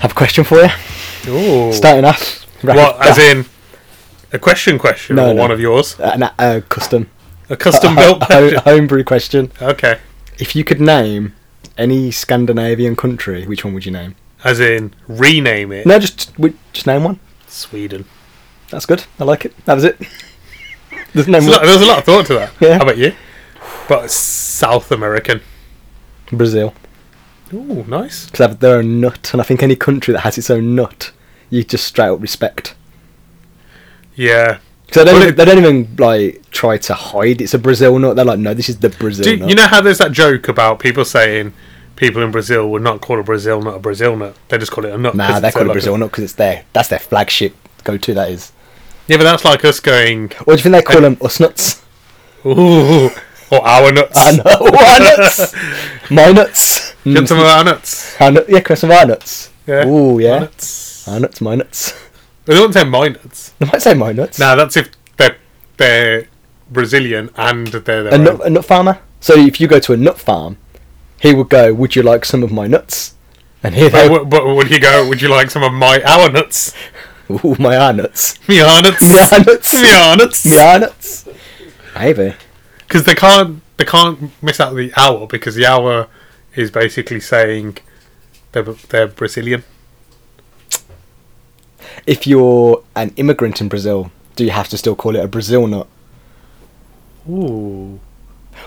have a question for you. Ooh. Starting off, rapid What, as fire. in a question question No, or no. one of yours? an, a Uh, custom, A custom built a, ho- question. homebrew question. Okay. If you could name any Scandinavian country, which one would you name? As in rename it No, just w- just name one. Sweden. That's good. I like it. That was it. There's no There's a lot, more. there's a lot of thought to that. Yeah. How about you? But South American. Brazil, Ooh, nice. because they're a nut, and I think any country that has its own nut, you just straight up respect. Yeah. Because they, Well, don't it- even- they don't even like try to hide it's a Brazil nut. They're like, no, this is the Brazil Do, nut. you know how there's that joke about people saying people in Brazil would not call a Brazil nut a Brazil nut? They just call it a nut. nah, 'cause they it's call it like a- Brazil nut because it's their that's their flagship go to. That is. Yeah, but that's like us going, What do you think they call them? Us nuts. ooh, or our nuts. I know. Our nuts. My nuts. Get Mm. some of our nuts. Our nut- yeah, Chris, some of our nuts. Yeah. Ooh, Our yeah. nuts. Our nuts, my nuts. They don't say my nuts. They might say my nuts. Nah, that's if they're, they're Brazilian and they're their a, own. nut, a nut farmer. So if you go to a nut farm, he would go, "Would you like some of my nuts?" And here But, they, w- but would you go, would you like some of my, our nuts? ooh, my our nuts, Me our nuts. my our nuts, Me our nuts. my our nuts. Maybe. because they can't they can't miss out the hour because the hour is basically saying they're they're Brazilian. If you're an immigrant in Brazil, do you have to still call it a Brazil nut? Ooh.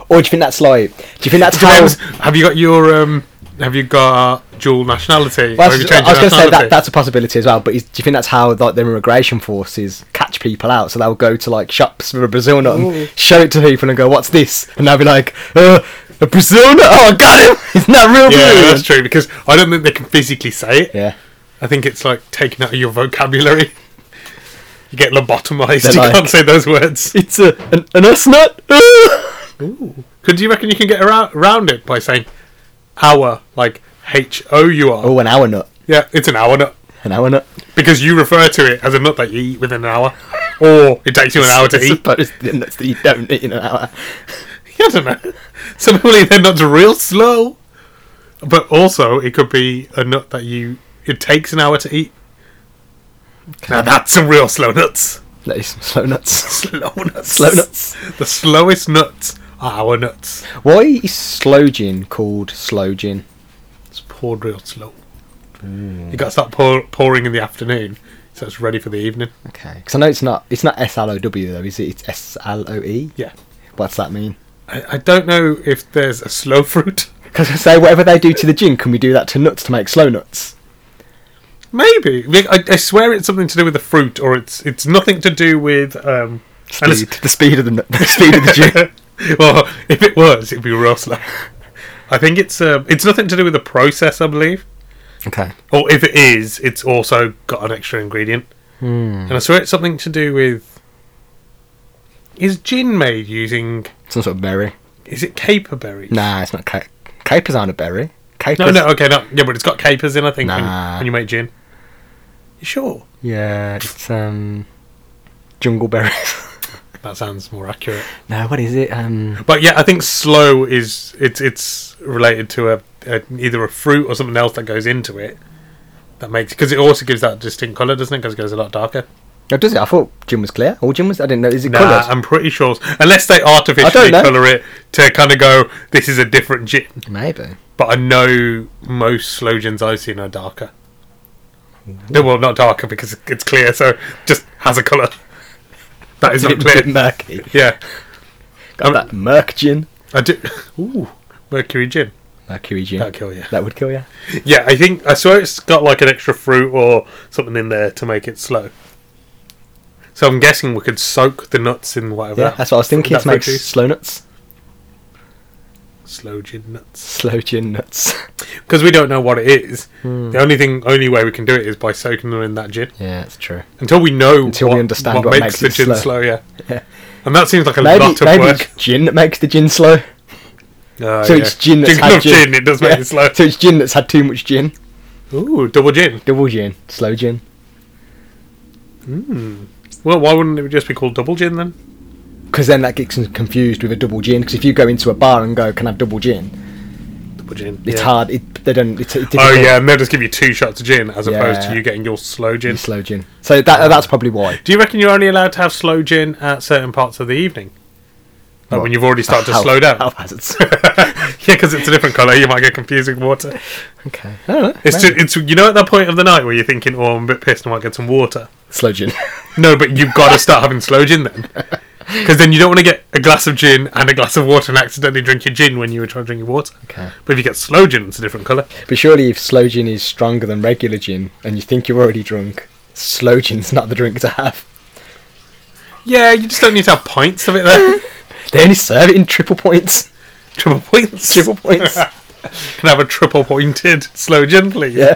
Or do you think that's like? Do you think that's how? have you got your um? Have you got dual nationality? Well, Or have I was, you changed I was your going to say that nationality? that's a possibility as well. But is, do you think that's how like their immigration forces catch people out? So they'll go to like shops with a Brazil nut Ooh. and show it to people and go, "What's this?" And they'll be like, uh, "A Brazil nut? Oh, I got him! It's not real yeah, Brazilian." that's true because I don't think they can physically say it. Yeah, I think it's like taken out of your vocabulary. You get lobotomized. They're you like- can't say those words. it's a an, an us nut. Uh. Could do you reckon you can get around, around it by saying hour like H O U R? Oh, an hour nut, Yeah, it's an hour nut. an hour nut. Because you refer to it as a nut that you eat within an hour, or it takes you an hour to I eat. suppose the nuts that you don't eat in an hour. I don't know. Some people eat their nuts real slow, but also it could be a nut that you it takes an hour to eat. Now that's some real slow nuts. That is some slow nuts. Slow nuts. Slow nuts. The slowest nuts are our nuts. Why is slow gin called slow gin? It's poured real slow. You got to start pour, pouring in the afternoon, so it's ready for the evening. Okay, because I know it's not it's not S L O W though, is it? It's S L O E. Yeah. What's that mean? I, I don't know if there's a slow fruit. Because I say whatever they do to the gin, can we do that to nuts to make slow nuts? Maybe Like, I, I swear it's something to do with the fruit, or it's it's nothing to do with. Um, and it's- Speed, the speed of the, nu- the speed of the gin. well, if it was, it'd be real slow. I think it's um, it's nothing to do with the process, I believe. Okay. Or if it is, it's also got an extra ingredient. Mm. And I swear it's something to do with. Is gin made using? Some sort of berry. Is it caper berries? Nah, it's not ca- capers aren't a berry. Capers. No, no, okay, no, yeah, but it's got capers in. I think when- Nah. when, you make gin. You sure? Yeah, it's um, jungle berries. That sounds more accurate. no, what is it? Um, But yeah, I think slow is it's it's related to a, a either a fruit or something else that goes into it that makes because it also gives that distinct color, doesn't it? Because it goes a lot darker. oh, does it? I thought gin was clear. All gin was. I didn't know. Is it Nah, coloured? I'm pretty sure unless they I artificially don't know. color it to kind of go this is a different gin. Maybe. But I know most slow gins I've seen are darker. Mm-hmm. No, well, not darker because it's clear, so just has a color. That is not It's a bit clear. murky. Yeah, Got that Merc gin. I do. Ooh, mercury gin. Mercury gin. That'll kill you. That would kill you. Yeah, I think I swear it's got like an extra fruit or something in there to make it slow. So I'm guessing we could soak the nuts in whatever. Yeah, that's what I was thinking. that It makes fruit juice. slow nuts. Slow gin nuts. Slow gin nuts. Because we don't know what it is. Hmm. The only thing, only way we can do it is by soaking them in that gin yeah, it's true. until we know Until we what, understand what, what makes, makes the gin it slow. slow. yeah. Yeah. And that seems like a Maybe lot of maybe work. it's gin that makes the gin slow. Uh, So it's gin that's enough had gin. It does make Yeah. it slow. So it's gin that's had too much gin. Ooh, double gin. Double gin, slow gin. Well, why wouldn't it just be called double gin then? Because then that gets confused with a double gin. Because if you go into a bar and go, "Can I have double gin?" Double gin. It's yeah. hard. It, they don't. It's, it's Oh difficult. yeah, and they'll just give you two shots of gin as opposed to Yeah. you getting your slow It's gin. slow gin. So that that's probably why. Do you reckon you're only allowed to have slow gin at certain parts of the evening? Like when What? you've already started to Health- slow down. health hazards. yeah, because it's a different colour. You might get confused with water. okay. I don't know. It's Maybe. just, it's you know at that point of the night where you're thinking, oh, I'm a bit pissed. I might get some water. slow gin. No, but you've got to start having slow gin then, because then you don't want to get a glass of gin and a glass of water and accidentally drink your gin when you were trying to drink your water. okay. But if you get slow gin, it's a different colour. But surely, if slow gin is stronger than regular gin, and you think you're already drunk, slow gin's not the drink to have. Yeah, you just don't need to have pints of it there. They only serve it in triple points. triple points. Triple points. Can I have a triple pointed slow gin, please? yeah.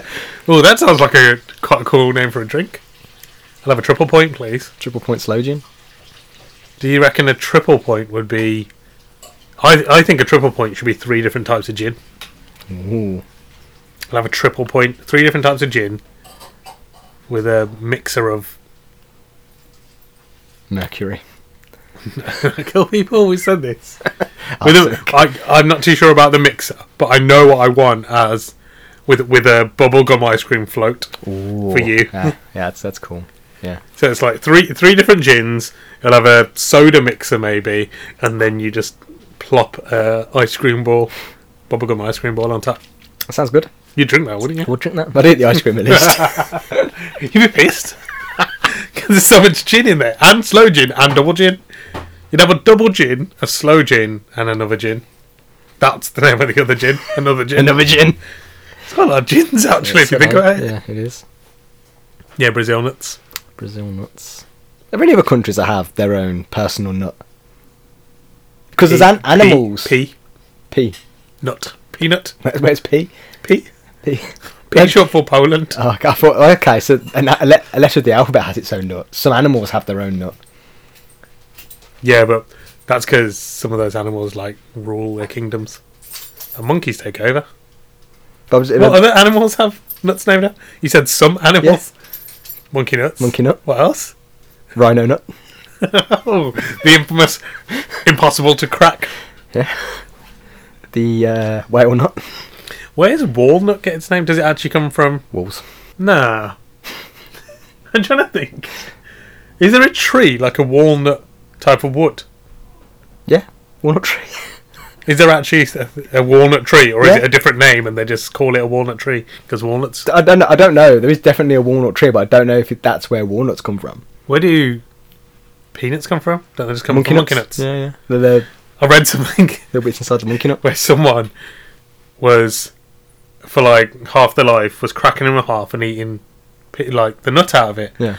Oh, that sounds like a quite a cool name for a drink. I'll have a triple point, please. Triple point slow gin. Do you reckon a triple point would be? I I think a triple point should be three different types of gin. Ooh. I'll have a triple point, three different types of gin, with a mixer of. Mercury. Kill people. We said this. with a, Arsenic. I, I'm not too sure about the mixer, but I know what I want as with with a bubblegum ice cream float. Ooh. for you. Yeah, yeah that's, that's cool. Yeah. So it's like three three different gins. You'll have a soda mixer maybe, and then you just plop a ice cream ball, bubblegum ice cream ball on top. That sounds good. You drink that, wouldn't you? We'll drink that. I'd eat the ice cream at least. You'd be pissed because there's so much gin in there, and slow gin and double gin. You'd have a double gin, a slow gin, and another gin. That's the name of the other gin. Another gin. Another gin. It's got a lot of gins actually. if you think about it. Yeah, it is. Yeah, Brazil nuts. Brazil nuts. Every other countries that have their own personal nut. Because there's an- P- animals. P, P P. nut. Peanut. Where- Where's P? P. P. P short for Poland. Oh, I thought, oh, okay, so an, a, le- a letter of the alphabet has its own nut. Some animals have their own nut. Yeah, but that's because some of those animals like rule their kingdoms. And monkeys take over. But was it What other animals have nuts named after? You said some animals. Monkey nuts. monkey nut? What else? Rhino nut? Oh, the infamous impossible to crack. Yeah. The uh, whale nut? Where does walnut get its name? Does it actually come from? Wolves. Nah. I'm trying to think. Is there a tree like a walnut type of wood? Yeah. Walnut tree. Is there actually a, a walnut tree, or is it Yeah. a different name and they just call it a walnut tree because walnuts? I don't. know- I don't know. There is definitely a walnut tree, but I don't know if it, that's where walnuts come from. Where do peanuts come from? Don't they just come from monkey nuts? Yeah, yeah. The, the, I read something the bits inside the monkey nut. where someone was for like half their life was cracking them in half and eating pe- like the nut out of it, Yeah.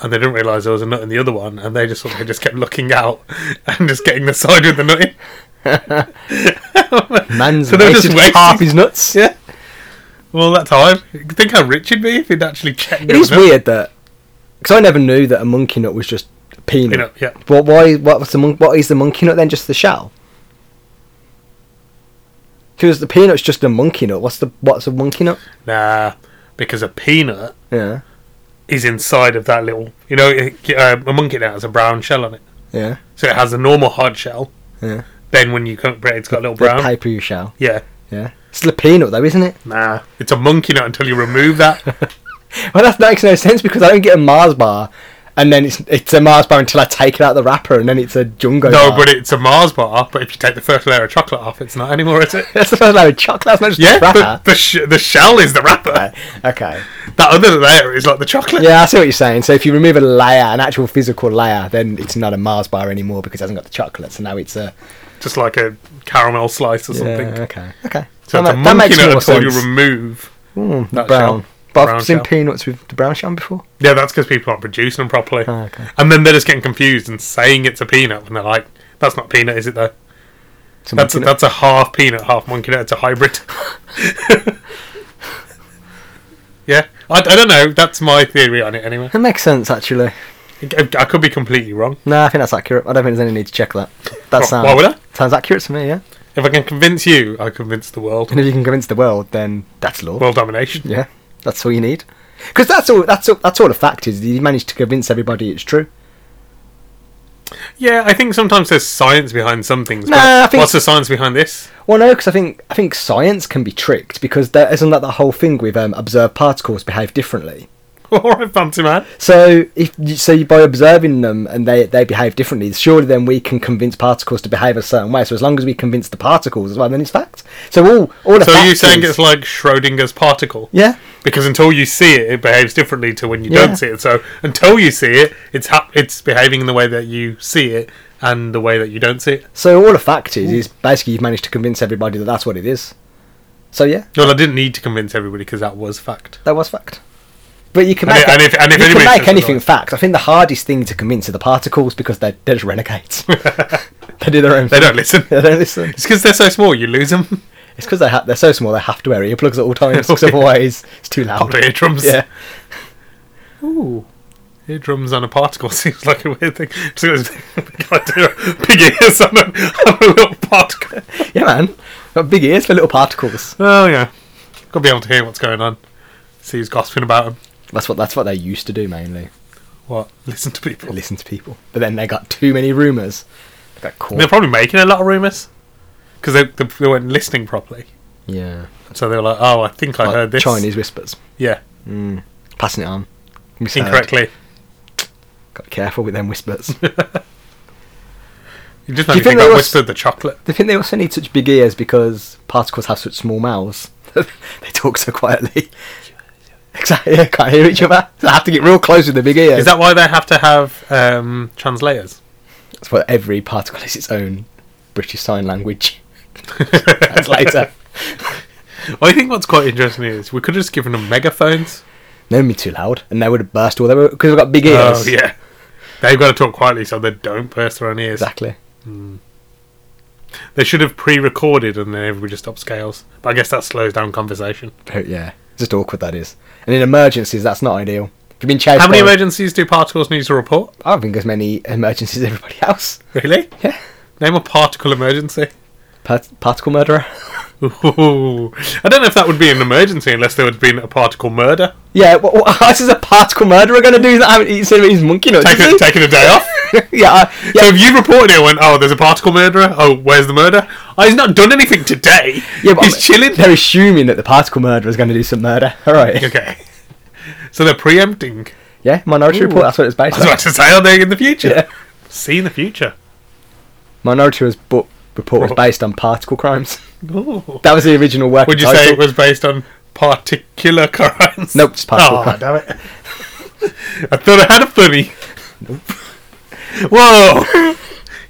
and they didn't realise there was a nut in the other one, and they just sort of just kept looking out and just getting the side with the nut in. Man's So they're just wasted wasting- half his nuts. Yeah. Well, that time, think how rich it'd be if he'd actually checked. It is weird that because I never knew that a monkey nut was just a peanut. Peanut, yeah. But why? What was the mon- What is the monkey nut then? Just the shell. Because the peanut's just a monkey nut. What's the what's a monkey nut? Nah, because a peanut Yeah, is inside of that little. You know, it, uh, a monkey now has a brown shell on it, yeah, so it has a normal hard shell. yeah. Then when you cook it, it's got a little The brown. paper you shell. Yeah, Yeah, it's the peanut though, isn't it? nah, it's a monkey nut until you remove that. Well, that makes no sense because I don't get a Mars bar, and then it's it's a Mars bar until I take it out of the wrapper, and then it's a Jungo. no, bar. but it's a Mars bar. But if you take the first layer of chocolate off, it's not anymore, is it? that's the first layer of chocolate. That's not just Yeah, the the, wrapper. the, sh- the shell is the wrapper. okay. That other layer is like the chocolate. Yeah, I see what you're saying. So if you remove a layer, an actual physical layer, then it's not a Mars bar anymore because it hasn't got the chocolate. So now it's a Just like a caramel slice or something. Yeah, okay. Okay. So it's a ma- monkey nut until you remove. Mm, that brown. shell. But I've Brown seen shell. peanuts with the brown shell before. Yeah, that's because people aren't producing them properly. Oh, okay. And then they're just getting confused and saying it's a peanut, and they're like, that's not peanut, is it though? It's a That's a, monkey nut. that's a half peanut, half monkey nut. It's a hybrid. yeah, I, I don't know. That's my theory on it anyway. It makes sense actually. I, I could be completely wrong. No, I think that's accurate. I don't think there's any need to check that. That Oh, Why- sounds why would I? sounds accurate to me. Yeah, If I can convince you, I convince the world. and if you can convince the world, then that's law. World domination. yeah, that's all you need. Because that's all. That's all. That's all a fact is. You manage to convince everybody it's true. Yeah, I think sometimes there's science behind some things. Nah, but I think- What's the science behind this? Well, no, because I think I think science can be tricked because there isn't that the whole thing with um, observed particles behave differently. All right, fancy man. So if you, so, you, by observing them and they they behave differently, surely then we can convince particles to behave a certain way. So as long as we convince the particles as well, then it's fact. So all all the So are you factors- saying it's like Schrodinger's particle? yeah. Because until you see it, it behaves differently to when you Yeah. don't see it. So until you see it, it's hap it's behaving in the way that you see it and the way that you don't see it. So all a fact is is basically you've managed to convince everybody that that's what it is. So yeah, Well, I didn't need to convince everybody because that was fact. that was fact. But you can And make, i- and if- and if you can anybody make says anything otherwise. fact. I think the hardest thing to convince are the particles because they're, they're just renegades. they do their own. They thing. don't listen. They don't listen. It's because they're so small, you lose them. It's because they ha- they're so small they have to wear earplugs at all times because Oh, Yeah. otherwise it's too Hot loud. eardrums. Um, Yeah. Ooh. Eardrums on a particle seems like a weird thing. Just got this big idea, big ears on a, on a little particle. Yeah, man. Got big ears for little particles. Oh, yeah. Got to be able to hear what's going on. See who's gossiping about them. That's what that's what they used to do mainly. What? Listen to people. Listen to people. But then they got too many rumours. They got They're caught. probably making a lot of rumours. Because they, they, they weren't listening properly. Yeah. So they were like, oh, I think I Like heard this. Chinese whispers. Yeah. Mm. Passing it on. Misheard. Incorrectly. Got careful with them whispers. You just Do made you me think think they I were s- whispered the chocolate. they think they also need such big ears because particles have such small mouths. they talk so quietly. Exactly. Yeah, can't hear each other. So they have to get real close with the big ears. Is that why they have to have um, translators? That's why every particle has its own British Sign Language translator. I think what's quite interesting is we could have just given them megaphones. no, me too loud, and they would have burst all their because they've got big ears. Oh yeah, they've got to talk quietly so they don't burst their own ears. exactly. They should have pre-recorded and then everybody just upscales. But I guess that slows down conversation. Very- Yeah, just awkward that is. And in emergencies, that's not ideal. If you've been chased, How many by- emergencies do particles need to report? I don't think as many emergencies as everybody else. Really? Yeah, Name a particle emergency. Part- particle murderer. Ooh. I don't know if that would be an emergency unless there had been a particle murder. Yeah, what, what else is a particle murderer going to do? That I haven't eaten his monkey nuts. Taking is he? taking a day off. yeah, I- yeah, So if you reported it and went, oh, there's a particle murderer. Oh, where's the murder? Oh, he's not done anything today. yeah, but he's I'm- chilling. They're assuming that the particle murderer is going to do some murder. All right. Okay. So they're preempting. Yeah, Minority Ooh. Report. That's what it's I based was on. about to say, are they in the future? Yeah. See the future. Minority was book report was Right. based on particle crimes. Ooh. That was the original work. Would you title. say it was based on particular crimes? Nope, it's particle oh, crime. damn it. I thought I had a funny. Whoa.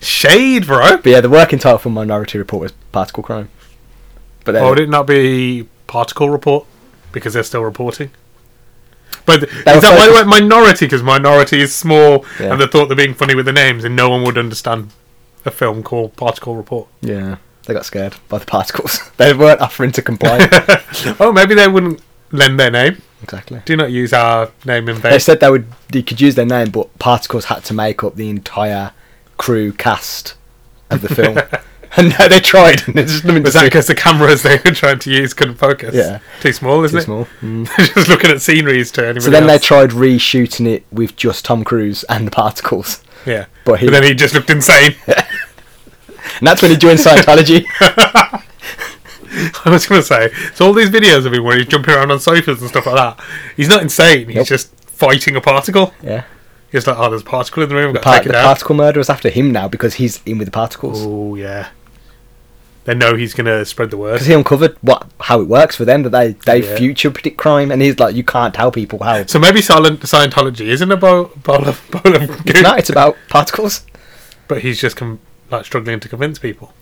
Shade, bro. But yeah, the working title for Minority Report was particle crime. But then Why would it not be particle report? Because they're still reporting. But th- is They were that why they went focused- minority? Because minority is small, Yeah. and they thought they're being funny with the names, and no one would understand a film called Particle Report. yeah, they got scared by the particles. they weren't offering to comply. oh, maybe they wouldn't lend their name. exactly. Do not use our name in They vain. said they would they could use their name, but particles had to make up the entire crew cast of the film. and no, they tried. And it's just them Was that because the cameras they were trying to use couldn't focus? Yeah. Too small, isn't too it? small. Mm. Just looking at sceneries to anybody So then they else. tried reshooting it with just Tom Cruise and the particles, yeah. but But, he then he just looked insane. and that's when he joined Scientology. I was going to say, so all these videos of him where he's jumping around on sofas and stuff like that, he's not insane. He's Nope. just fighting a particle. yeah. He's like, oh, there's a particle in the room. We've got to Part, take the it out. particle murderer's after him now because he's in with the particles. Oh, yeah. They know he's going to spread the word. because he uncovered what how it works for them that they they Yeah. future predict crime and he's like you can't tell people how So maybe silent Scientology isn't a bowl, bowl of bowl of goo, no it's about particles but he's just com- like struggling to convince people.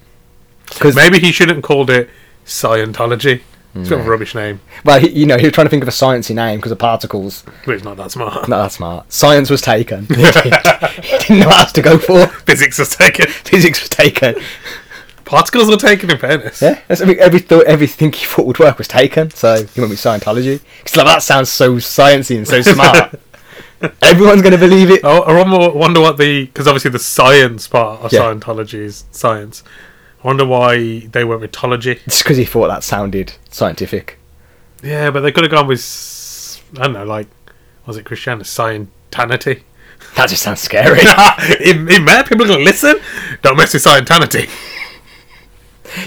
because Maybe he shouldn't have called it Scientology. It's a bit of a rubbish name, well he, you know he was trying to think of a sciencey name because of particles but it's not that smart. no that's smart science was taken he didn't know what else to go for Physics has taken. physics was taken Particles were taken in fairness. Yeah, that's every, every thought, everything he thought would work was taken. So he went with Scientology. Because like, that sounds so sciencey and so smart. Everyone's going to believe it. I, I wonder- wonder what the because obviously the science part of Yeah. Scientology is science. I wonder why they went with tology. Just because he thought that sounded scientific. Yeah, but they could have gone with s- I don't know, like was it Christian Scientanity? That just sounds scary. in, in there, people are gonna listen. Don't mess with Scientanity.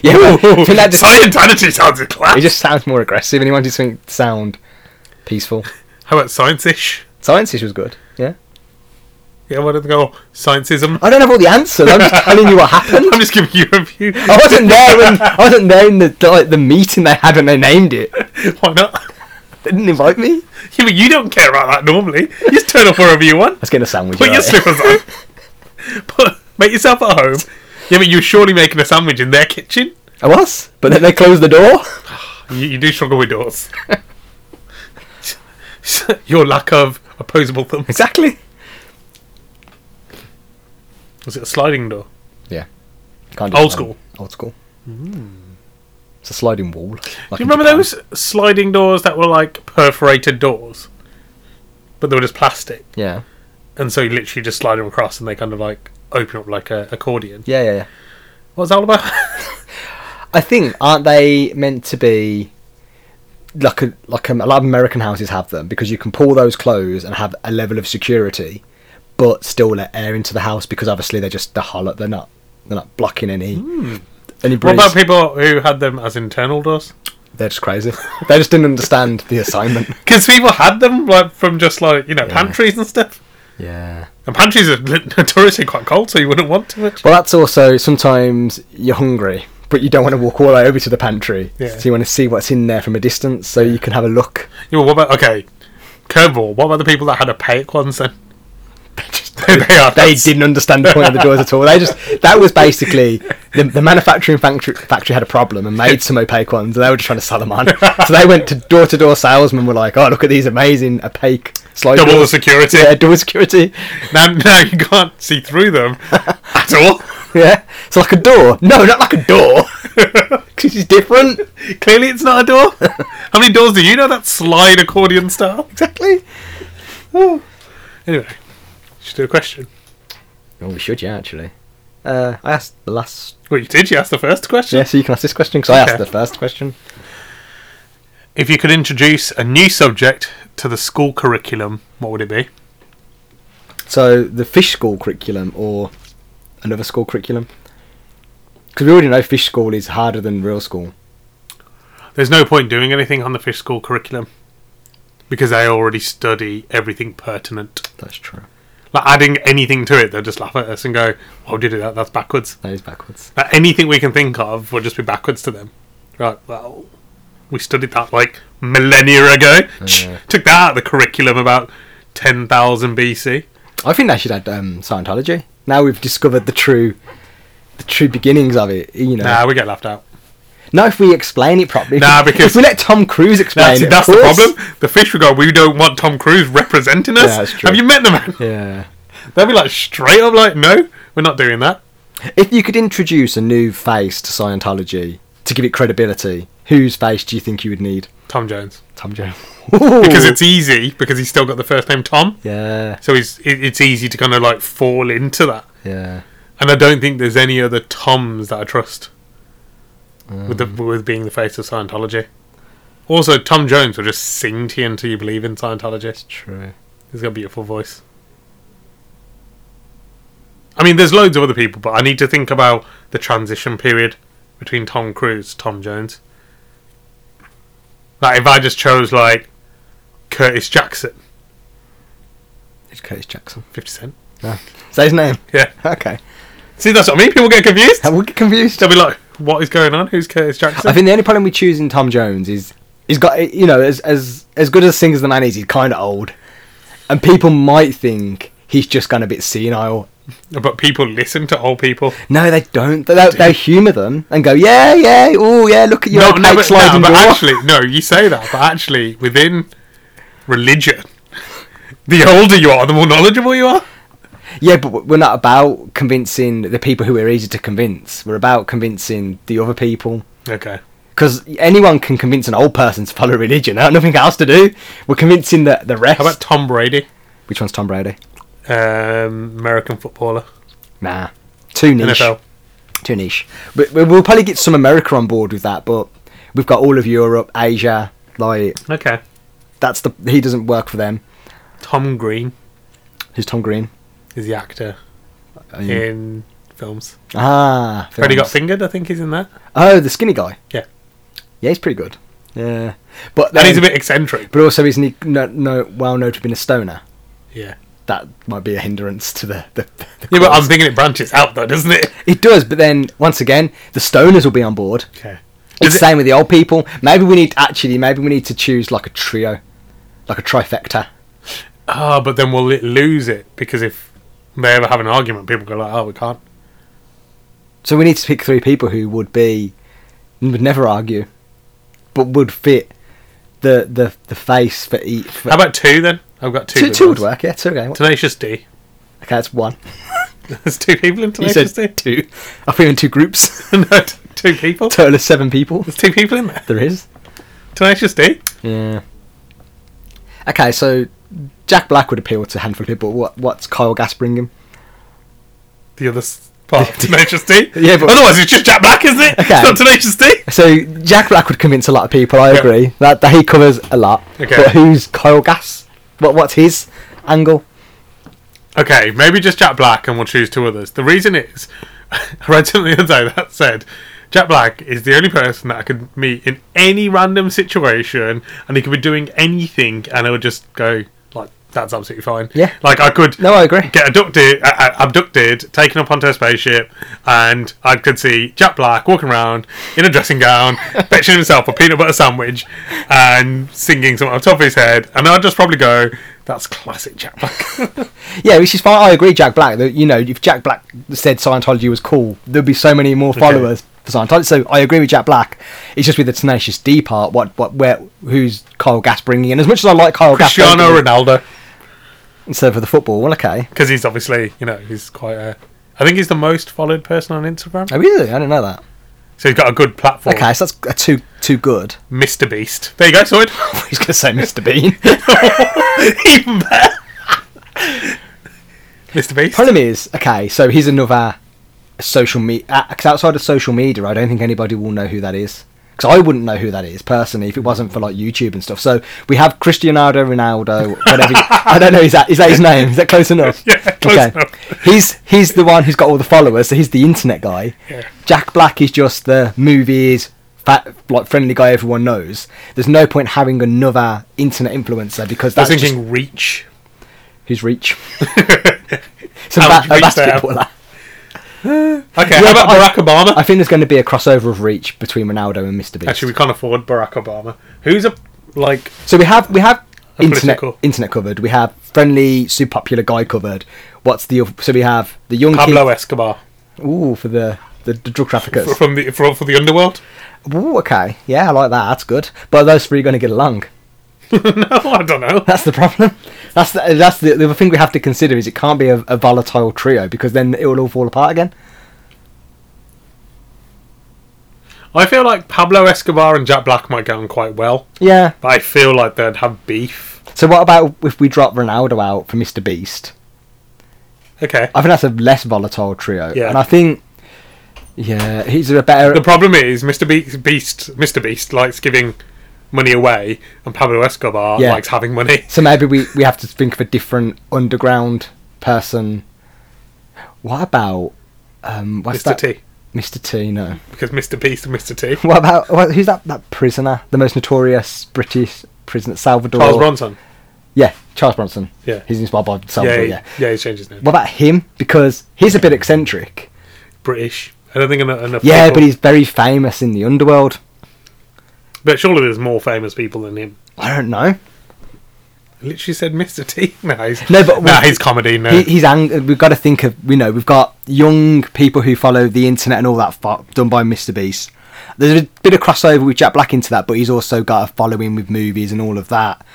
yeah, well, I think that just, Scientanity sounds a class. it just sounds more aggressive and he wanted something to sound peaceful. How about science-ish? Science was good. Yeah. Yeah, why don't they go scientism? I don't have all the answers. I'm just telling you what happened. I'm just giving you a view. I wasn't there when I wasn't there in the like, the meeting they had when they named it. Why not? They didn't invite me. I Yeah, but you don't care about that normally. You just turn up wherever you want. was getting a sandwich. Put your right? slippers on. Put, make yourself at home. Yeah, but you're surely making a sandwich in their kitchen. I was, but then they closed the door. You, you do struggle with doors. your lack of opposable thumb. Exactly. Was it a sliding door? Kind Old school. Old school. Hmm. It's a sliding wall. like Do you in remember Japan. those sliding doors that were like perforated doors? But they were just plastic. Yeah. And so you literally just slide them across and they kind of like open up like a accordion. Yeah, yeah, yeah. What's that all about? I think aren't they meant to be like a, like um, a lot of American houses have them because you can pull those closed and have a level of security, but still let air into the house because obviously they're just the hollow. They're not they're not blocking any any Hmm. what breeze. about people who had them as internal doors? they're just crazy. they just didn't understand the assignment. Because people had them like from just like you know pantries and stuff. Yeah. And pantries are notoriously quite cold, so you wouldn't want too much. Well, that's also sometimes you're hungry, but you don't want to walk all the way over to the pantry. Yeah. So you want to see what's in there from a distance so you can have a look. Yeah, well, what about okay? Curveball. What about the people that had opaque ones then? they are. They that's- didn't understand the point of the doors at all. They just that was basically the, the manufacturing factory, factory had a problem and made some opaque ones. And they were just trying to sell them on. So they went to door to door salesmen. Were like, "Oh, look at these amazing opaque slide Double the doors. security. yeah, door security. Now, now you can't see through them at all. Yeah, it's like a door. No, not like a door. Because it's different. Clearly, it's not a door. How many doors do you know that slide accordion style? Exactly. Anyway, should do a question. Oh, we should, yeah, actually. Uh, I asked the last. Well, you did. You asked the first question. Yeah, so you can ask this question because I asked Okay. the first question. If you could introduce a new subject to the school curriculum, what would it be? So the fish school curriculum or another school curriculum? Because we already know fish school is harder than real school. There's no point doing anything on the fish school curriculum because they already study everything pertinent. That's true. Like adding anything to it, they'll just laugh at us and go, "Why would you do that? That's backwards." That is backwards. Like anything we can think of will just be backwards to them. Right? Well, we studied that like millennia ago. Tch, yeah. Took that out of the curriculum about ten thousand BC. I think they should add um, Scientology. Now we've discovered the true, the true beginnings of it. You know. Nah, we get laughed out. Now if we explain it properly. Nah, if we- because- if we let Tom Cruise That's, explain it, of that's the course- problem. The fish would go, "We don't want Tom Cruise representing us." Yeah, that's true. Have you met the man? Yeah. They'd be like straight up, like, "No, we're not doing that." If you could introduce a new face to Scientology to give it credibility, whose face do you think you would need? Tom Jones. Tom Jones. because it's easy because he's still got the first name Tom, yeah, so he's it, it's easy to kind of like fall into that. yeah. And I don't think there's any other Toms that I trust with the, with being the face of Scientology. Also, Tom Jones will just sing to you until you believe in Scientology. True. He's got a beautiful voice. I mean, there's loads of other people, but I need to think about the transition period between Tom Cruise, Tom Jones. Like, if I just chose like Curtis Jackson, It's Curtis Jackson. Fifty Cent. Say his name. Yeah. Okay. See, that's what I mean. People get confused. I will get confused. They'll be like, "What is going on? Who's Curtis Jackson?" I think the only problem with choosing Tom Jones is he's got you know as as as good as sings the man is, he's kind of old, and people might think he's just gone a bit senile. but people listen to old people. No, they don't. They they, they humour them and go, yeah, yeah, oh yeah, look at your no, no, no, but, no, sliding but door. actually, no. You say that, but actually, within religion, the older you are, the more knowledgeable you are. Yeah, but we're not about convincing the people who are easy to convince. We're about convincing the other people. Okay. Because anyone can convince an old person to follow religion. They have nothing else to do. We're convincing the, the rest. How about Tom Brady, Which one's Tom Brady? um, American footballer, Nah. Too niche. NFL? Too niche. We, we- we'll probably get some America on board with that, but we've got all of Europe, Asia. Like, Okay. that's the. He doesn't work for them. Tom Green Who's Tom Green? is the actor Um, in films. Ah. Freddy got films. fingered. I think he's in that, Oh, the skinny guy. Yeah. Yeah, he's pretty good. Yeah. But and then, he's a bit eccentric. But also, isn't he no, no, well known to have been a stoner? Yeah. That might be a hindrance to the. the, the Yeah, but I'm cause. thinking it branches out though, doesn't it? It does, but then once again, the stoners will be on board. Okay. It's Does the it, same with the old people. Maybe we need actually. Maybe we need to choose like a trio, like a trifecta. ah, but then we'll li- lose it because if they ever have an argument, people go like, "Oh, we can't." So we need to pick three people who would be would never argue, but would fit the the, the face for each. For How about two then? I've got two. two, good two would ones. work. Yeah, two. Okay, okay, Tenacious D. that's one. There's two people in You Tenacious said two. I put in two groups. D. no, t- two people. Total of seven people. There's two people in there. There is. Tenacious D. Yeah. Okay, so Jack Black would appeal to a handful of people. What what's Kyle Gass bringing? The other s- part of Tenacious D. Yeah, but- otherwise it's just Jack Black, isn't it? It's Okay. not Tenacious D. So Jack Black would convince a lot of people. I Yeah. agree that, that he covers a lot. Okay. But who's Kyle Gass? What what's his angle? Okay, maybe just Jack Black and we'll choose two others. The reason is, I read something the other day that said, Jack Black is the only person that I could meet in any random situation and he could be doing anything and I would just go, like, that's absolutely fine. Yeah. Like, I could No, I agree. get abducted, uh, uh, abducted, taken up onto a spaceship, and I could see Jack Black walking around in a dressing gown, fetching himself a peanut butter sandwich, and singing something on top of his head, and I'd just probably go, that's classic Jack Black. Yeah, which is fine. I agree, Jack Black. That you know, if Jack Black said Scientology was cool, there'd be so many more followers for Scientology. So I agree with Jack Black. It's just with the tenacious D part. What what where who's Kyle Gass bringing? in? as much as I like Kyle Gass, don't Cristiano get me- Ronaldo. instead of the football. Well, okay. because he's obviously you know he's quite a I think he's the most followed person on Instagram. Oh, really? I didn't know that. So he's got a good platform. Okay, so that's uh, too too good. Mr. Beast. There you go, Sword. He's gonna say Mr. Bean. Even better. Mr. Beast. Problem is, okay, so he's another social media. Because outside of social media, I don't think anybody will know who that is. Because I wouldn't know who that is personally if it wasn't for like YouTube and stuff. So we have Cristiano Ronaldo, whatever. he- I don't know. Is that is that his name? Is that close enough? Yeah, close enough. He's he's the one who's got all the followers. So he's the internet guy. Yeah. Jack Black is just the movies. Fat, like friendly guy everyone knows. There's no point having another internet influencer because I was that's just thinking Reach. his reach. Some How ba- would you a reach there? basketballer. Okay, Yeah, how about but I- Barack Obama? I think there's going to be a crossover of reach between Ronaldo and Mr. Beast. Actually, we can't afford Barack Obama. Who's a like? so we have we have A internet political- internet covered. We have friendly, super popular guy covered. What's the oth- so we have the young Pablo Escobar kid? Ooh, for the the, the drug traffickers. from the from, from the underworld. Ooh, okay, yeah, I like that. That's good. But are those three going to get along? no, I don't know. That's the problem. That's the, that's the, the thing we have to consider is it can't be a, a volatile trio because then it will all fall apart again. I feel like Pablo Escobar and Jack Black might get on quite well, Yeah. but I feel like they'd have beef. So what about if we drop Ronaldo out for Mr. Beast? Okay. I think that's a less volatile trio. Yeah. And I think, yeah, he's a better. The problem is, Mr. Be- Beast, Mr. Beast likes giving money away, and Pablo Escobar Yeah. likes having money. so maybe we, we have to think of a different underground person. What about um, Mr. what's that? T, Mr. T. No. because Mr. Beast and Mr. T. What about what, who's that? That prisoner, the most notorious British prisoner, Salvador. Charles Bronson. Yeah, Charles Bronson. Yeah. He's inspired by Yeah, Salvador. he- Yeah. yeah, he's changed his name. What about him? Because he's a bit eccentric. British. I don't think enough. enough Yeah, people- but he's very famous in the underworld. But surely there's more famous people than him. I don't know. I literally said Mr. T. No, he's No, but- nah, he's comedy. No, He, he's ang- we've got to think of you know we've got young people who follow the internet and all that fu- done by Mr Beast. There's a bit of crossover with Jack Black into that, but he's also got a following with movies and all of that.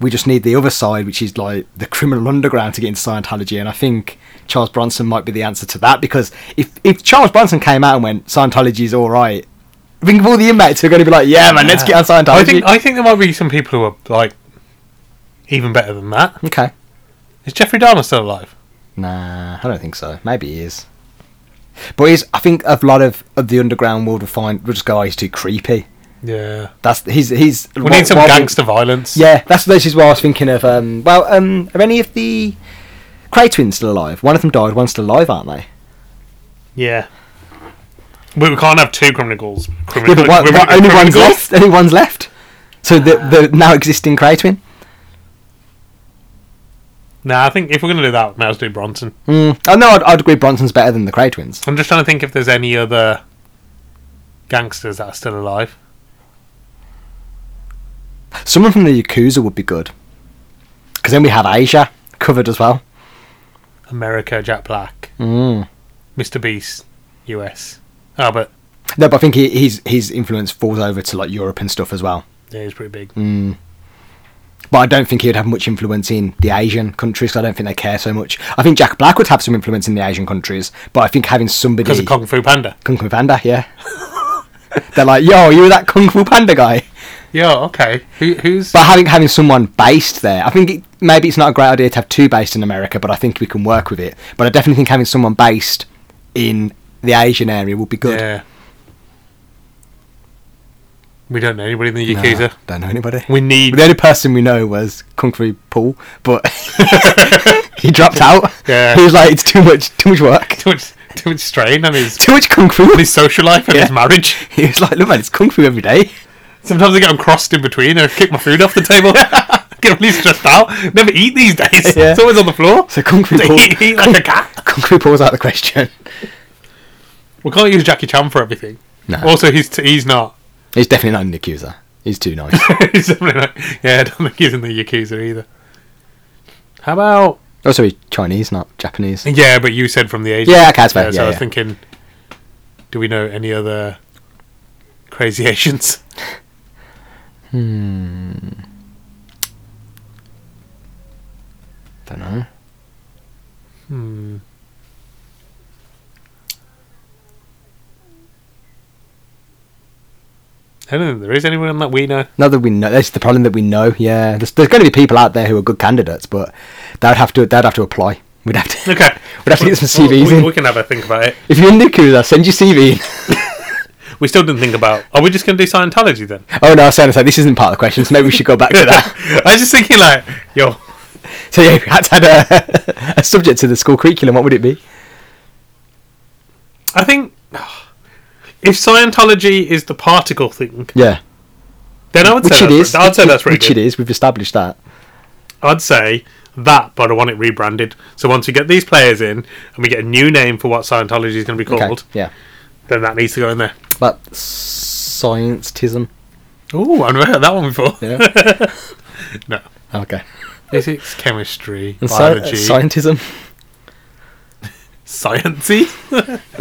We just need the other side, which is like the criminal underground, to get into Scientology. And I think Charles Bronson might be the answer to that because if if Charles Bronson came out and went Scientology is all right, think of all the inmates who are going to be like, yeah, man, let's get on Scientology. I think I think there might be some people who are like even better than that. okay. Is Jeffrey Dahmer still alive? Nah, I don't think so. Maybe he is. But he's, I think a lot of, of the underground world will find will just go, oh, he's too creepy. Yeah. That's he's he's. We need some gangster violence. Yeah, that's this is what I was thinking of. Um, well, um, are any of the Cray twins still alive? One of them died. One's still alive, aren't they? Yeah. We, we can't have two criminals. Yeah, criminals but one, one- only one's left. Only one's left. So the the now existing Cray twin. Nah, I think if we're going to do that, we might as well do Bronson. Mm. Oh no, I'd, I'd agree. Bronson's better than the Cray twins. I'm just trying to think if there's any other gangsters that are still alive. Someone from the Yakuza would be good. Because then we have Asia covered as well. America, Jack Black, Mm. Mr. Beast, US. Ah, but No, but I think he, his his influence falls over to like Europe and stuff as well. yeah, he's pretty big. Mm. But I don't think he would have much influence in the Asian countries. 'cause I don't think they care so much. I think Jack Black would have some influence in the Asian countries, but I think having somebody Because of Kung Fu Panda. Kung Fu Panda, yeah, they're like, yo, you were that Kung Fu Panda guy. Yeah, okay. Who, who's. But having having someone based there, I think it, maybe it's not a great idea to have two based in America, but I think we can work with it. But I definitely think having someone based in the Asian area would be good. Yeah. We don't know anybody in the No, Yakuza. don't know anybody. We need. The only person we know was Kung Fu Paul, but he dropped out. Yeah. He was like, it's too much, too much work, too much, too much strain on his, too much Kung Fu. his social life and his Yeah. marriage. He was like, look man, it's Kung Fu every day. Sometimes I get them crossed in between. I kick my food off the table. get really stressed out. Never eat these days. Yeah. It's always on the floor. So Kung Fu Paul, eat, eat like a cat. Kung Fu Paul's out of the question. We can't use Jackie Chan for everything. No. Also, he's t- he's not. He's definitely not an accuser. He's too nice. he's definitely not. Yeah, I don't think he's in the yakuza either. How about? also, he's Chinese, not Japanese. Yeah, but you said from the Asian. Yeah, okay, that's fair. so yeah, I was yeah. thinking, do we know any other crazy Asians? Hmm. Don't know. Hmm. I don't think there is anyone that we know. Not that we know. That's the problem that we know. Yeah, there's, there's going to be people out there who are good candidates, but they'd have to they'd have to apply. We'd have to. Okay. We'd have to get some We- CVs we, in. we can have a think about it. If you're in Yakuza, send your CV. in. We still didn't think about. Are we just going to do Scientology then? Oh no, I was saying, I was like, this isn't part of the question, so maybe we should go back to that. I was just thinking like, yo, So yeah, if you had to add a, a subject to the school curriculum, what would it be? I think if Scientology is the particle thing, Yeah, then I would which say it that's, is. I'd say that's pretty which good. it is. We've established that. I'd say that, but I want it rebranded. So once we get these players in and we get a new name for what Scientology is going to be Okay. called, Yeah, then that needs to go in there. but scientism. Oh, I've never heard that one before. Yeah. No. okay. Physics, chemistry, And sci- biology, scientism. sciencey.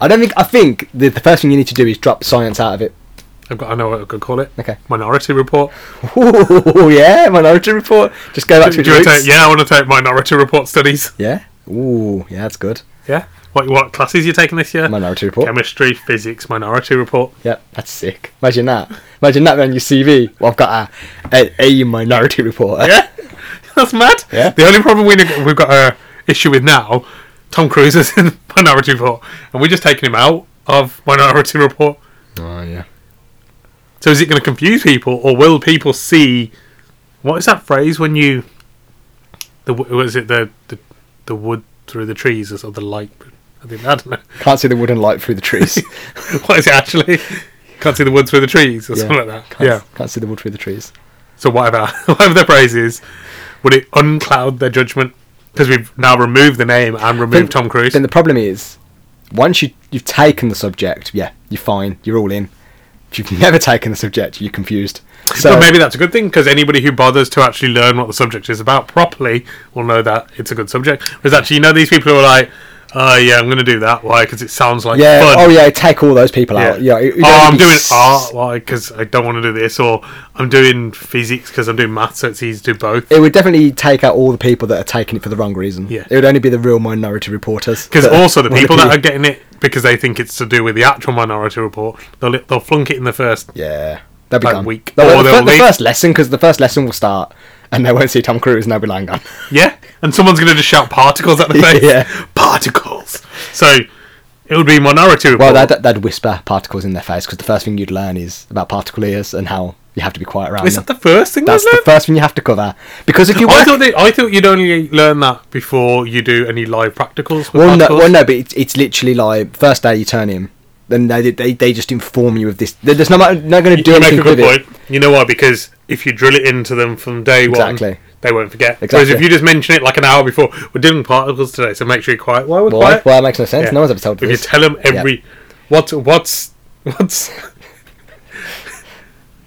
I don't think. I think the, the first thing you need to do is drop science out of it. I've got. I know what I could call it. Okay. Minority report. Ooh, yeah, minority report. Just go back Do to its you wanna roots. take- yeah, I want to take minority report studies. Yeah. Ooh, yeah, that's good. Yeah. What what classes you taking this year? Minority report. Chemistry, physics, minority report. Yeah, that's sick. Imagine that. Imagine that on your CV. Well, I've got a, a, a minority reporter. Yeah. That's mad. Yeah. The only problem we we've got a issue with now, Tom Cruise is in minority report, and we're just taking him out of minority report. Oh yeah. So is it going to confuse people, or will people see what is that phrase when you the w- was it the the, the wood through the trees or sort of the light? I, think, I don't know Can't see the wooden light through the trees. what is it actually. Can't see the wood through the trees or Yeah. something like that. Can't, yeah. Can't see the wood through the trees. So whatever whatever the phrase is, would it uncloud their judgment? Because we've now removed the name and removed Tom Cruise. Then the problem is, once you you've taken the subject, yeah, you're fine. You're all in. If you've never taken the subject, you're confused. So but maybe that's a good thing because anybody who bothers to actually learn what the subject is about properly will know that it's a good subject. Whereas actually, you know, these people who are like, Oh yeah, I'm gonna do that. Why? Because it sounds like yeah. fun. Oh yeah, take all those people out. Yeah. you- you don't oh, I'm need doing s- art. Why? Because I don't want to do this. Or I'm doing physics because I'm doing maths. So it's easy to do both. It would definitely take out all the people that are taking it for the wrong reason. Yeah. It would only be the real minority reporters. Because that also the wanna people be- that are getting it because they think it's to do with the actual minority report, they'll they'll flunk it in the first. yeah, they'll be Like gone. weak. They'll, Or the, they'll fir- the leave- first lesson because the first lesson will start and they won't see Tom Cruise and they'll be lying gone. Yeah, and someone's gonna just shout particles at the face. Yeah. particles. So it would be minority Well, report. they'd, they'd whisper particles in their face because the first thing you'd learn is about particle ears and how you have to be quiet around is them. that the first thing That's they the first thing you have to cover because if you I work thought they, I thought you'd only learn that before you do any live practicals. With Well, no, particles. well, no, but it's, it's literally like first day you turn him, then they they, they just inform you of this. There- There's not not going to do you make anything a good with it. point. You know why? Because if you drill it into them from day one, Exactly. they won't forget. Whereas Exactly. if you just mention it like an hour before, we're doing particles today, so make sure you're quiet. Why we're Why? quiet? Well, that makes no sense. Yeah. No one's ever told If you this. you tell them every what what's what's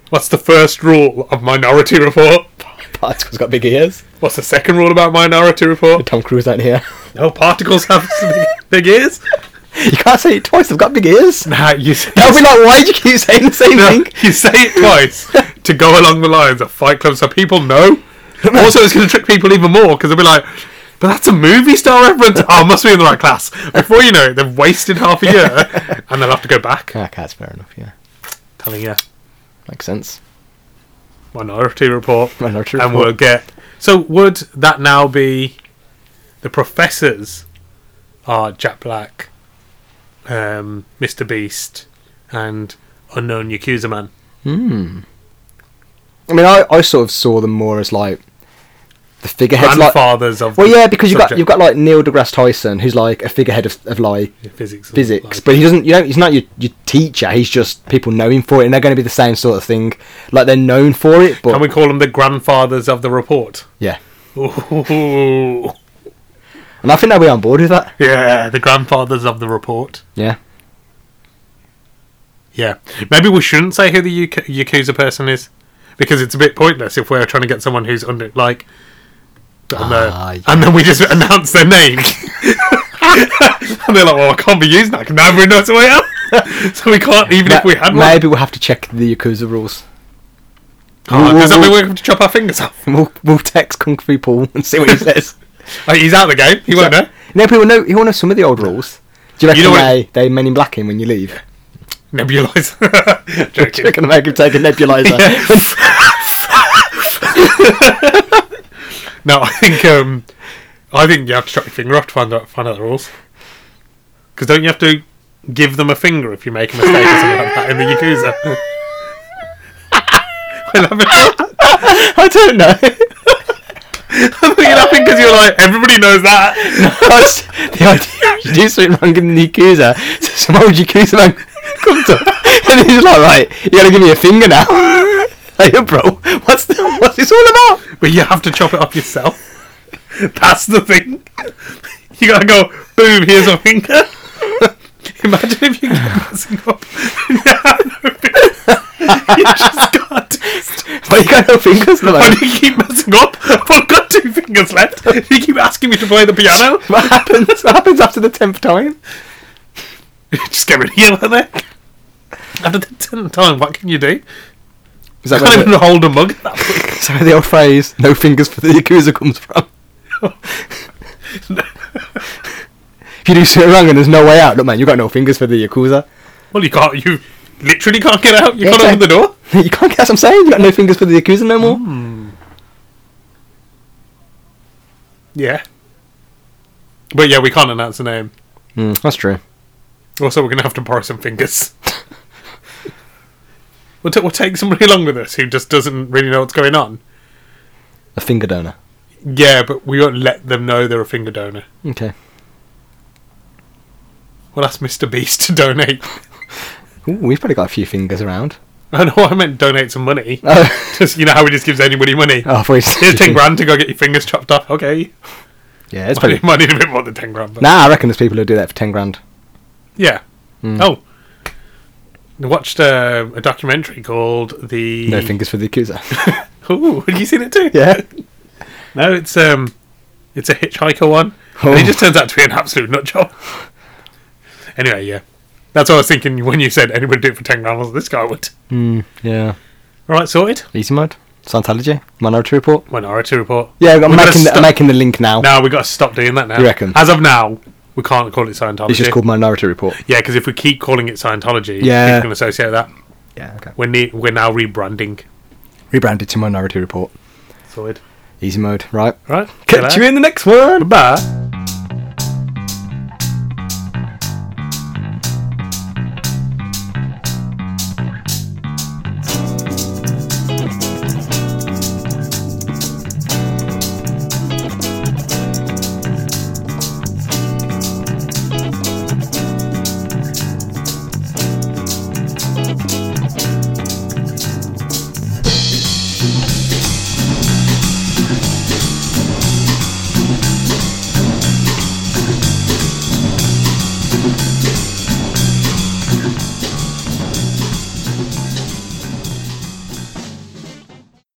what's the first rule of Minority Report? Particles got big ears. What's the second rule about Minority Report? Tom Cruise out here. No particles have big, big ears. you can't say it twice. They've got big ears. Nah, you say, They'll be like, why do you keep saying the same no, thing? you say it twice to go along the lines of Fight Club, so people know. Also, it's going to trick people even more because they'll be like. But that's a movie star reference. Oh, I must be in the right class. Before you know it, they've wasted half a year, and they'll have to go back. Okay, that's fair enough. Yeah, Telling you, makes sense. minority report. Minority and Report. we'll get. So would that now be the professors are Jack Black, um, Mr. Beast, and unknown Yakuza man? Hmm. I mean, I, I sort of saw them more as like the figureheads. Like, grandfathers of. well, the yeah, because you've got subject. you've got like Neil deGrasse Tyson, who's like a figurehead of, of like physics. and physics, like- but he doesn't. You know, he's not your, your teacher. He's just people know him for it, and they're going to be the same sort of thing. Like they're known for it, but Can we call them the grandfathers of the report? yeah. Ooh. And I think they'll be on board with that. Yeah, the grandfathers of the report. Yeah, Yeah. Maybe we shouldn't say who the Yak- Yakuza person is because it's a bit pointless if we're trying to get someone who's under like and, uh, Ah, yeah. and then we just announce their name. and they're like, "Well, I can't be using that because now everyone knows who I am." so we can't, even if Ma- we had one. maybe we'll have to check the yakuza rules. Oh, We'll- does that mean we'll- we're going to chop our fingers off? We'll, we'll text Kung Fu Paul and see what he says. Like, he's out of the game. He won't know. No, people know. You will know some of the old rules. Do you reckon You know what- they they men in black him when you leave? Nebulizer. Do you Joking. reckon they make him take a nebulizer? No, I think um, I think you have to chop your finger off to find out find out the rules. Because don't you have to give them a finger if you make a mistake or something like that in the Yakuza? We're laughing- I don't know. I'm you're laughing because you're like everybody knows that. I just- the idea you do something wrong in the Yakuza, so some old Yakuza man comes up and he's like, right, you gotta give me a finger now. Like, "Yeah, bro, what's, the, what's this all about? But you have to chop it off yourself. That's the thing. You gotta go. Boom! Here's a finger. Imagine if you get messing up. you just can't. do it. But you got no fingers no Why like, do you keep messing up? I've only got two fingers left. You keep asking me to play the piano. What happens? What happens after the tenth time? Just get rid of you, weren't there? After the tenth time, what can you do? Is that I can't where even the, hold a mug at that point. is that where the old phrase "no fingers for the Yakuza" comes from? if you do something wrong and there's no way out, look, man, you got no fingers for the Yakuza. Well, you can't. You literally can't get out. You Yeah, can't open the exactly. door. you can't guess what I'm saying. You got no fingers for the Yakuza no more. Yeah. But yeah, we can't announce the name. Mm, that's true. Also, we're gonna have to borrow some fingers. We'll, ta- we'll take somebody along with us who just doesn't really know what's going on. A finger donor. Yeah, but we won't let them know they're a finger donor. Okay. We'll ask Mr. Beast to donate. Ooh, we've probably got a few fingers around. I know I meant donate some money. Oh, Just you know how he just gives anybody money. oh for his- Here's ten grand to go get your fingers chopped off. Okay, Yeah, it's I need, probably. might need a bit more than ten grand. But Nah, I reckon there's people who do that for ten grand. Yeah. Hmm. Oh, I watched uh, a documentary called the. No fingers for the Yakuza. Ooh, have you seen it too? yeah. No, it's um, it's a hitchhiker one, And Oh. he just turns out to be an absolute nutjob. Anyway, yeah. That's what I was thinking when you said anybody do it for ten grand. I was like, This guy would. yeah. All right, sorted. Easy mode. Scientology. Minority Report. Minority report. Yeah, I'm We've gotta making, the, stop- I'm making the link now. Now we got to stop doing that. Now, You reckon? As of now, we can't call it Scientology. It's just called Minority Report. Yeah, because if we keep calling it Scientology, Yeah. people can associate that. Yeah, okay. We're ne- we're now rebranding. Rebranded to Minority Report. Sorted. Easy mode, right? All right. Catch you in the next one! Bye.